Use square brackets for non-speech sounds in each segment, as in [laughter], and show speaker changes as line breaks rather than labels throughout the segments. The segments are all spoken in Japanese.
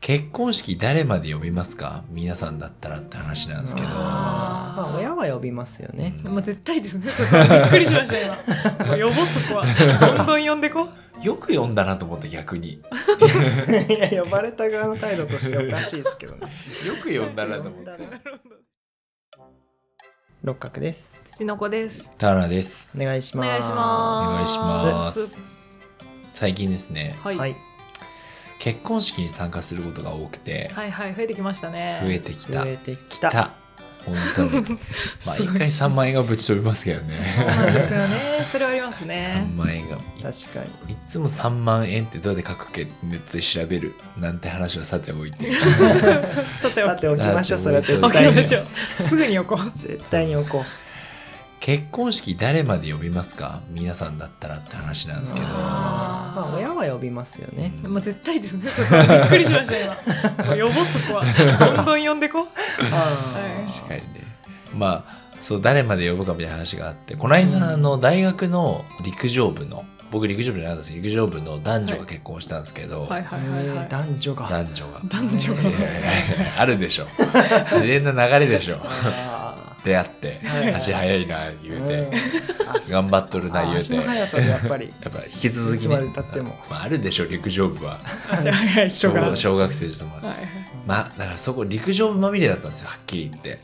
結婚式誰まで呼びますか皆さんだったらって話なんですけど。
あ
まあ親は呼びますよ
[laughs]
ね。
うん
まあ、絶対ですね。そこはびっくりしました、今。もう呼ぼう、そこは。どんどん呼んでこ。
よく呼んだなと思った逆に。
いや呼ばれた側の態度としておかしいですけどね。 [laughs]
よく呼んだなと思っ
よく
て
呼んだ。な
るほど。
六角です。
土の子です。
タラです。
お願いし
お
ます。
願いします。
お願いします
す。
最近ですね、
はい。
は
はいい、
結婚式に参加することが多くて、
はい、増えてきましたね。
増えてきた。
増え
来
てきた。
た。本当に。毎
そう
回3万円がぶち飛びますけど
そう
ね。
なんですよね。それはあります
3
ね。
万円が。
確かに。
いつも3万円ってどうやって書くっけネットで調べるなんて話はさておいて。
さて
さ
は、
ておきましょう。それは絶
置
置
き
き
対
ま
に
ま。
しょう。すぐに置こう。
絶対に置こう。
結婚式誰まで呼びますか皆さんだったらって話なんですけど。
あー
まあ親は呼びますよね。
うん
もう絶対ですね。そこはびっくりしました、今。もう呼ぼう、そこは。どんどん呼んでこ。
あー
確かにねまあそう誰まで呼ぶかみたいな話があってこの間あの大学の陸上部の僕陸上部じゃなかったんですけど陸上部の男女が結婚したんですけど、
はいはいはいは
えー
い。
男女が。
男女が
男女が
いやいやいやあるでしょ自然な流れでしょ
あ
出会って
はい
足早いな言
ー
う
うん
て
あ
頑張っとるな
あ
言う
足
て
の
や
速さでやっぱり。
っぱ引き続きね
いつまで経っても
まあ、あるでしょ陸上部
[laughs]
は
じゃあ、はいはい、
小
人が。
学小学生とも
はい
まあだからそこ陸上部まみれだったんですよはっきり言って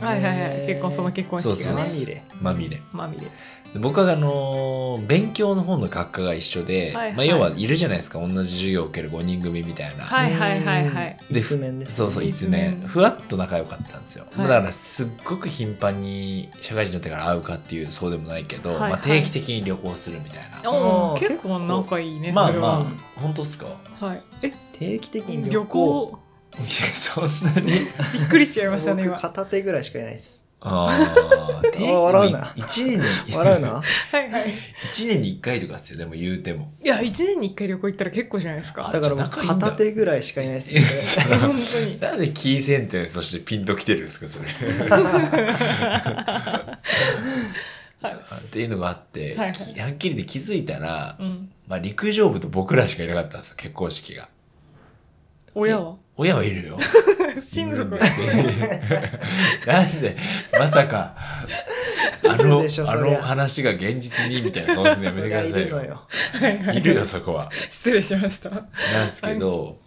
はいはい
え
はい。
ー
結婚、その結婚式
そう
がね
ま
そう。
みれ。
まみれ
まみれ。
で僕はあのー勉強の方の学科が一緒で、
はいはい
まあ、要はいるじゃないですか同じ授業を受ける5人組みたいな、
はいはいはいはい。
うん一面ですね。
そうそう一面
うん
ふわっと仲良かったんですよ、
はい
だからすっごく頻繁に社会人になってから会うかっていうとそうでもないけど、
はいはい
まあ、定期的に旅行するみたいな、
お
あ
お、
ー
結構仲いいね。
まあ
それは
まあ本当っすかいや
はい。え、
定期的に
旅
旅行。
行。
そんなに
びっくりしちゃいましたね、今。
僕
は
片手ぐらいしかいないです。
ああ定期的に
笑うな
一年に
笑うな。
いはい。
[laughs] 一年に一回とかっすよでも言うても
いや、一年に一回旅行行ったら結構じゃないですか。
だからもう
仲いいんだ
片手ぐらいしかいないです
いや
ね。
本当
そ
に。
なんでキーセンターそしてピンときてるんですかそれっていうのがあって、
はいはい
きはっきりで気づいたら、
うん。
まあ、陸上部と僕らしかいなかったんですよ結婚式が
親は
親はいるよ
親族
いるんだよなんでまさかあ
[laughs] いる
の
でしょ
あ
そりゃ
の話が現実にみたいな顔するのやめてくださいよ
[laughs] そりゃいるのよ
はいはい
るよそこは
失礼しました。は
なんですけど、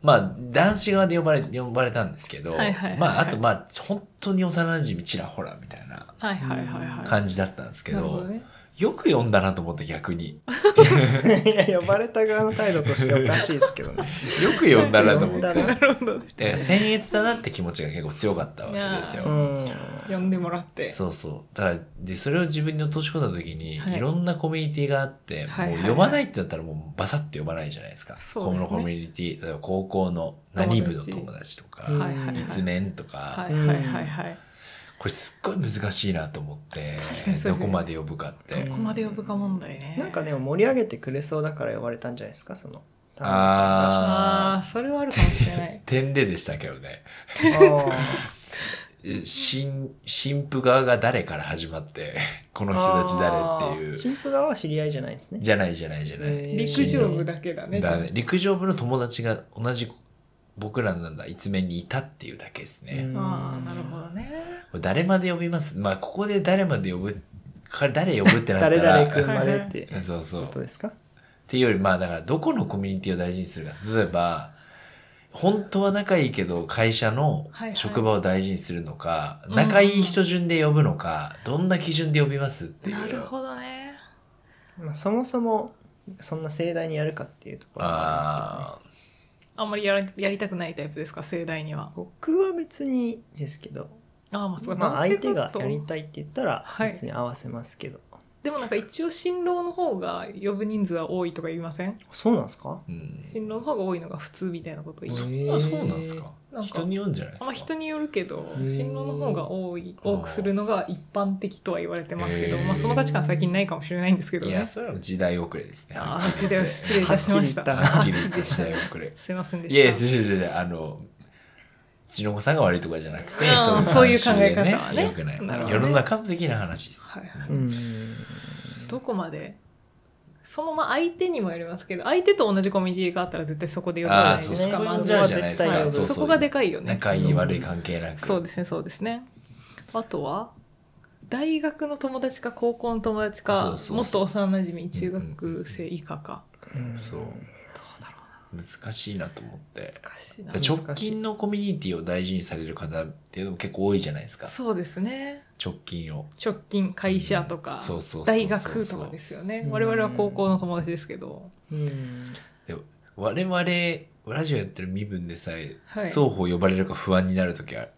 まあ男子側で呼ばれ呼ばれたんですけど、
はいはいはいはい
まああとまあ本当に幼馴染ちらほらみたいない
はいはいはい。
感じだったんですけ
な
ど,、
るほね
よく呼んだなと思った逆に
いや呼ばれた側の態度としておかしいですけ
[laughs]
どね。
よく呼んだなと思って
呼
だ
んだ
か
な
なるほどね。
ら僭越だなって気持ちが結構強かったわけです
う
よ。
ん。
呼んでもらって。
そうそうだからでそれを自分に落とし込んだ時に、
はい
い、ろんなコミュニティがあって、
はいはい
もう呼ばないってなったらもうバサッと呼ばないじゃないですか
そうですね
このコミュニティ例えば高校の何部の友達とか
友
はいはいはい。
一面とか、
はいはいはいはい。
これすっごい難しいなと思って、
かにそう
ど
です
こ
ね
まで呼ぶかって
どこまで呼ぶか問題ね。
なんかでも盛り上げてくれそうだから呼ばれたんじゃないですかその。田中さ
あ
ああ、それはあるかもしれない
ー。点ででしたけどね
んがあ
え新新婦側が誰から始まって [laughs] [laughs] この人たち誰ってい
ー
う
新婦側は知り合いじゃないんですね。
じゃないじゃないじゃない、
えー
陸上部だけだね。
だからね陸上部の友達が同じ僕らなんだ一面にいたっていうだけですね、
うん
ああ、なるほどね。
これ誰まで呼びますまあここで誰まで呼ぶか誰呼ぶってなった
誰
ら
々くんまでって
[laughs] そうそう
ことですか
っていうよりまあだからどこのコミュニティを大事にするか例えば本当は仲いいけど会社の
はいはい
職場を大事にするのか、
うん
仲いい人順で呼ぶのか、どんな基準で呼びますっていう
なるほどね。
まあそもそもそんな盛大にやるかっていうところがありますけどね。
あ
あんまりやらやりたくないタイプですか、盛大には。
僕は別にですけど、
ああ、まあそうか、
まあ、
男性
相手が
だと
やりたいって言ったら
はい
別に合わせますけど、
でもなんか一応新郎の方が呼ぶ人数は多いとか言いません
そうなんですか
ー、うん、
新郎の方が多いのが普通みたいなこと言います
そ
へ
ん
ー
なそうなんですか
なんか
人によるんじゃないですか、
あんま人によるけど
へー
新郎の方が多い多くするのが一般的とは言われてますけど、
へー
まあ、その価値観最近ないかもしれないんですけど
い
ね
やそれは時代遅れですね
あー時代遅れ失礼いたしました
はっきり言っ
はっきり言
て
っ
時
た
代遅れ
[laughs] すいませんで
いやいや
し
違う違う違うあの土の子さんが悪いとかじゃなくて
うん
慣習で
そういう考え方はね
良くない
なるほど
世
ね
の中的な話です、
はいはい
うん
たどこまでそのまま相手にもよりますけど相手と同じコミュニティがあったら絶対そこで呼ぶ
あ
ない
あ
で
そう
す
そ
か
こ
ま
に
ず
じゃ
は
じゃない
絶
です
対
か
呼ぶ
そうそう
そこがでかいよね
仲いい悪い関係なく
そうですねそうですねあとは大学の友達か高校の友達か
そうそうそう
もっと幼馴染み中
うんうんう
学
ん
生以下か、
うん
そう
どうだろう
難しいなと思って
な難しいな
ちょ
直近のコミュニティを大事にされる方っていうのも結構多いじゃないですか
そうですね
直近を
直近会社とか、
うんそうそうそうそう
大学とかですよね
うん
我々は高校の友達ですけど、
うん
我々ラジオやってる身分でさえ、
はい
双方呼ばれるか不安になる時は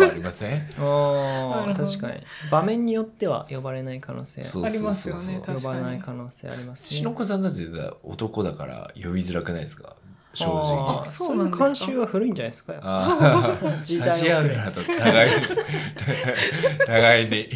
ありま
[laughs]
せん
あ
なる
あ
ほど
確かに場面によっては呼ばれない可能性
そう
ありますよね
そうそうそう
確かに
呼ばれない可能性あります
しのこさんだって男だから呼びづらくないですか正
あ
直
ー
そ
そううう
ないんです
慣
か
習は古いんじゃないですかや
あ
[laughs]
あ
時代
差
遅
し合う
れ
なと互いに互いに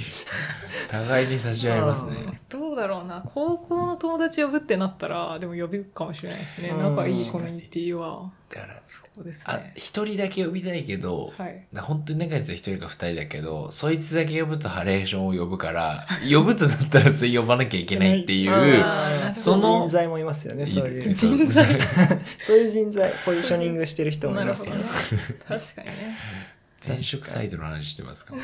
互いに差し合います
あ
ね
どうだろうな高校の友達呼ぶってなったらでも呼ぶかもしれないですね
うん
仲いいコミュニティは
だから
そうです
あ
ね
一人だけ呼びたいけど、
はい
な本当に仲いいやつは一人か二人だけどそいつだけ呼ぶとハレーションを呼ぶから呼ぶとなったらそれ呼ばなきゃいけないっていう
あ
う
ー
その
人材もいますよねそういう
人
材
そういう人材ポジショニングしてる人も
ないる
ま
ほ
す
ど
よ
ね
ね
確かにね
転職サイトの話してますか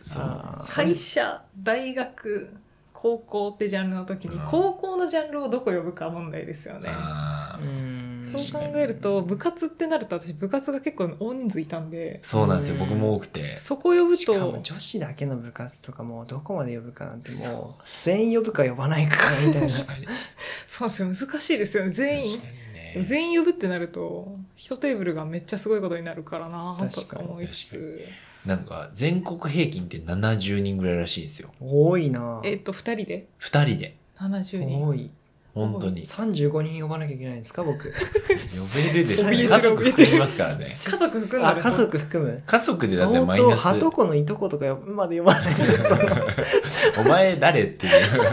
そう
あー
会社大学高校ってジャンルの時に
うん
高校のジャンルをどこ呼ぶか問題ですよね
あー
うん
そう考えると部活ってなると私部活が結構大人数いたんで
そうなんですよ
うん
僕も多くて
そこ呼ぶ
しかも
と
女子だけの部活とかもうどこまで呼ぶかなんてもう全員呼ぶか呼ばないかみた
[laughs]
いな
確かに
そうなんですよ難しいですよね全員
確かにね
でも全員呼ぶってなると一テーブルがめっちゃすごいことになるからなとか思いつ
確か
つ
なんか全国平均って70人ぐらいらしいんですよ
多いな
えっと2人で
2人で
70人
多い
本当に
35人呼ばなきゃいけないんですか
[laughs]
僕
呼べるでしょ
怯えてる
家族含みますからね
家族含んだ
あ
ら
家族含む
家族でだって
相
マイ
当
ナス
はとこのいとことか呼ぶまで呼
[laughs]
ばない
[laughs] お前誰っていう
相
か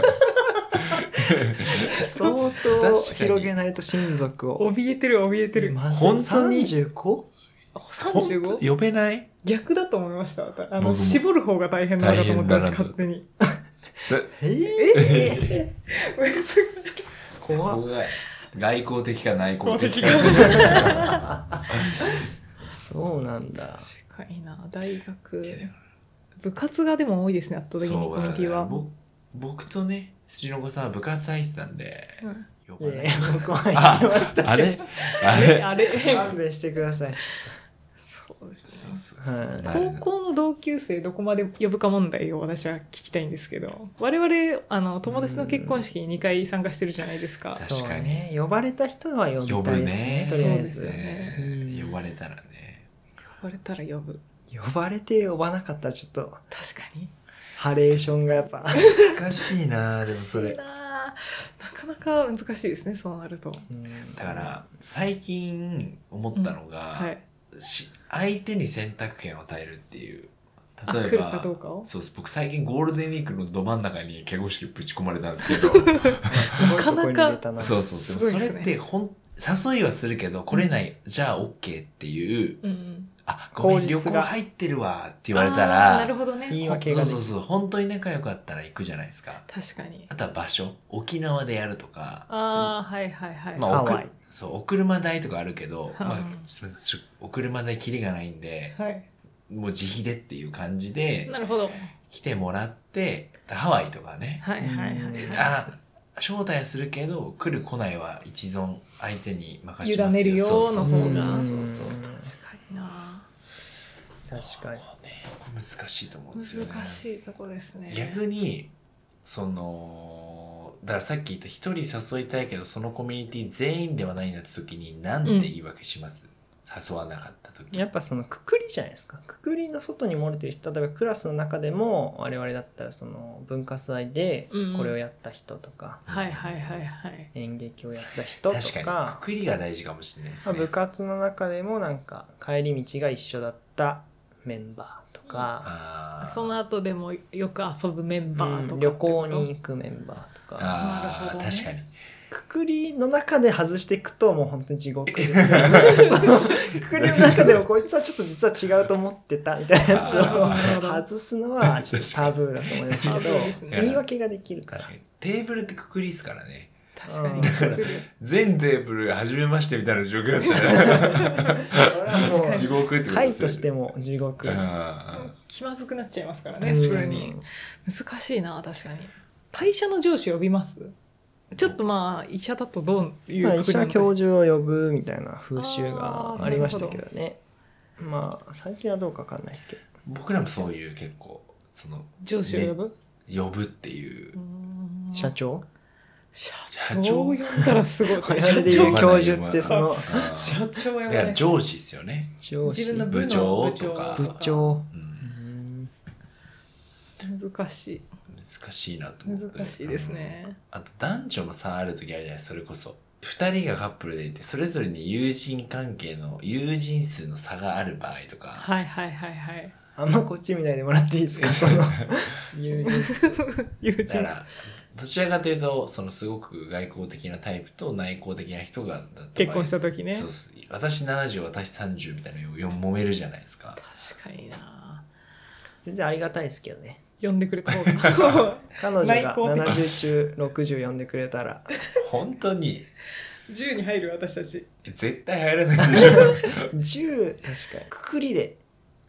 に
当広げないと親族を
怯えてる怯えてる、
まず
本当に
35?
ほん
35?
と呼べない
逆だと思いました私あ
僕も
の絞る方が大変なのかと思って
大変だな
私
と
勝手に
え
えー
怖っ
怖い外交的か内向
公
的
的
か
か
そうなんだ
確かにな大学部活がでも多いですね圧倒的にコミュニティは
ぼ僕とね土の子さんは部活入ってたんで
うん
呼
い
ばな
や
い
いや僕は言ってましたけど
あれあれ
あれ [laughs]
勘弁してください
そうで
そ
すね
うそうそう
はい
なる
高校の同級生どこまで呼ぶか問題を私は聞きたいんですけど我々あの友達の結婚式に2回参加してるじゃないですか
確
そう
かに
ね呼ばれた人は呼
呼
びた
ぶ
いですね
ね
とりあえ
そ
ず
うですね
ね
うん
呼ばれたらね
呼ばれたら呼ぶ
呼ばれて呼ばなかったらちょっと
確かに
ハレーションがやっぱ、
難しいなでもそ
いいなぁなかなか難しいですねそうなると
だから最近思ったのが、
はい
し相手に選択権を与えるっていう
あ来
例え
るか
ば
どうかを
そうです僕最近ゴールデンウィークのど真ん中に結婚式ぶち込まれたんですけど
すごいとこに入れたな
そうそうでも
す
そ
ごいで
れ
す
っ
ね
てほん誘いはするけど来れない、じゃあ OK っていう
うんうん
あごめん
口
旅行
実が
入ってるわって言われた
あーな
ら
るほどね
いい
ほ
わ
ん
けが
そう
ね
そうそう本当に仲良かったら行くじゃないですか
確かに
あとは場所沖縄でやるとか
ああ、はいはいはい、
まあ、お
ハワ
く
イ
そうお車代とかあるけど、
うん
まあ、すみませんちょお車代きりがないんで
はい
もう自費でっていう感じで
なるほど
来てもらってハワイとかね、
はいはいはい
うん
え
は
あ招待はするけど来る来ないは一存相手に任せ
委ねるよ
そうそうそう
の方が
そうそうそう
うん
い確かにな
確かに
ここね難しいと思うんですよね
難しいとこですね
逆にそのだからさっき言った一人誘いたいけどそのコミュニティ全員ではないんだって時になんて言い訳します、誘わなかった時
やっぱそのくくりじゃないですかくくりの外に漏れてる人例えばクラスの中でも我々だったらその文化祭で
うん
これをやった人とか、
はいはいはいはい
演劇をやった人とか
確かにくくりが大事かもしれないです
まあ、
ね。
部活の中でもなんか帰り道が一緒だったメンバーとか、
あー
その後でもよく遊ぶメンバーとか
う
ってこと、
ん旅行に行くメンバーとか
あー
なるほどね
確かに
くくりの中で外していくともう本当に地獄でそのくくりの中でもこいつはちょっと実は違うと思ってたみたいなやつを
あ
外すのはちょっとタブーだと思いますけ
確かにタブーです
ど
ね
言い訳ができるから
確かにテーブルってくくりですからね
確か
うん
に
そうです
全テーブル初めましてみたいな状況だった
それは
[laughs] 確
ら
か
地
も
獄って
う
こと
回として
も
も地獄
気まずくなっちゃいますからね
確かに
うん難しいな確かに会社の上司呼びますちょっとまあ医者だとどういう
まあ、
く
医
くり
者
なのか
教授を呼ぶみたいな風習がありましたけどねまあ最近はどうかわかんないですけど
僕らもそういう結構その
上司を呼ぶ、
呼ぶっていう
うーん
社長
社
社
長
長
呼んだらすごい
[laughs] 我
社
々で
長
言う教授ってその
社長呼
うん
ば
い
な
や
い
上司ですよね、
上司
自分の
部
部長とか
部
長
うん
難し
難しいなと
い
思って
難しいですね
あと男女も差ある時あるじゃないそれこそ2人がカップルでいてそれぞれに友人関係の友人数の差がある場合とか、
はいはいはいはい
あんまこっち見ないでもらっていいですかその友人
友人
だからどちらかというとそのすごく外交的なタイプと内向的な人がだった場合
結婚した時ね
そうそう私70私30みたいなのよ揉めるじゃないです
[laughs]
か
確かにな
全然ありがたいですけどね
呼んでくれた方 [laughs] が
彼女
内
が
向的
70中60呼んでくれたら
本当に
10に入る私たち
絶対入らないでしょ
10確かにくくりで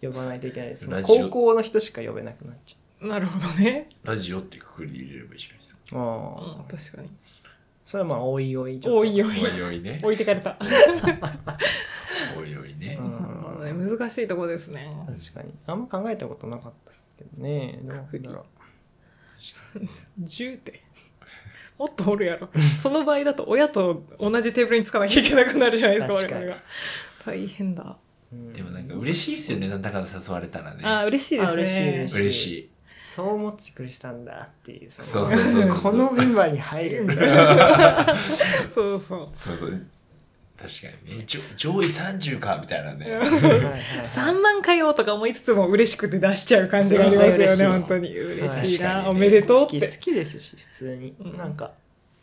呼ばないといけないです
ラジオ
高校の人しか呼べなくなっち
なるほどね
ラジオってくくりで入れればいいじゃないですか
ゃう
う
あ
ん
あ
確かに
それはまあおいおいちょっと
おいおい
おいおいね
置いてかれた
おいおいね
う
なるほどね
ん
難しいとこですね
確かにあんま考えたことなかったですけどねどうなん
くく
だ
り
ろう
10ってもっとおるやろその場合だと親と同じテーブルにつかなきゃいけなくなるじゃないですか
確かに
我々が大変だ
うん
でもなんか嬉しいですよねなんだから誘われたらね
あー嬉しいですね
あ嬉しい嬉
嬉しい
そう思ってくれてたんだっていうそ
そう
の
そうそうそう
このメンバーに入るんだ
そうそう
そうそう確かにねじょ上位30かみたいなね
3万かよとか思いつつも嬉しくて出しちゃう感じがあります
そうそう嬉
よ
しい
ね本当に嬉しいな、
はい
おめでとうっ
好
て
きですし普通に、
うん
なんか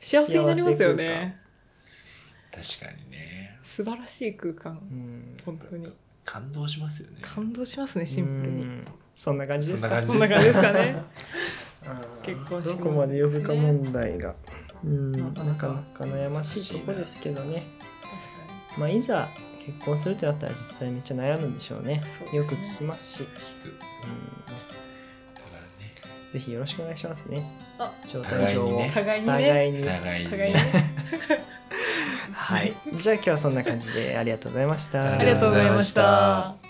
幸せになりますよね
確かにね
素晴らしい空間
うん
本当に
感動しますよね
感動しますねシンプル
う
に
んそんな感じですか
そ
そんな感じですかね
うん
結婚式
どこまで呼ぶか問題が、うんなかなか悩ましいとこですけどねまあいざ結婚するってなったら実際めっちゃ悩むんでしょうね
そうで
よ
す
く
ね
聞きますし、
聞くだか
う
らね
ん、ぜひよろしくお願いしますね
あ
招待状を
互いにね
互いにね
互いに
互いに
互いに
ね
ね
はいじゃあ今日はそんな感じでありがとうございました
あ
ありがとうござ
あ
いまし
りがとうございました
た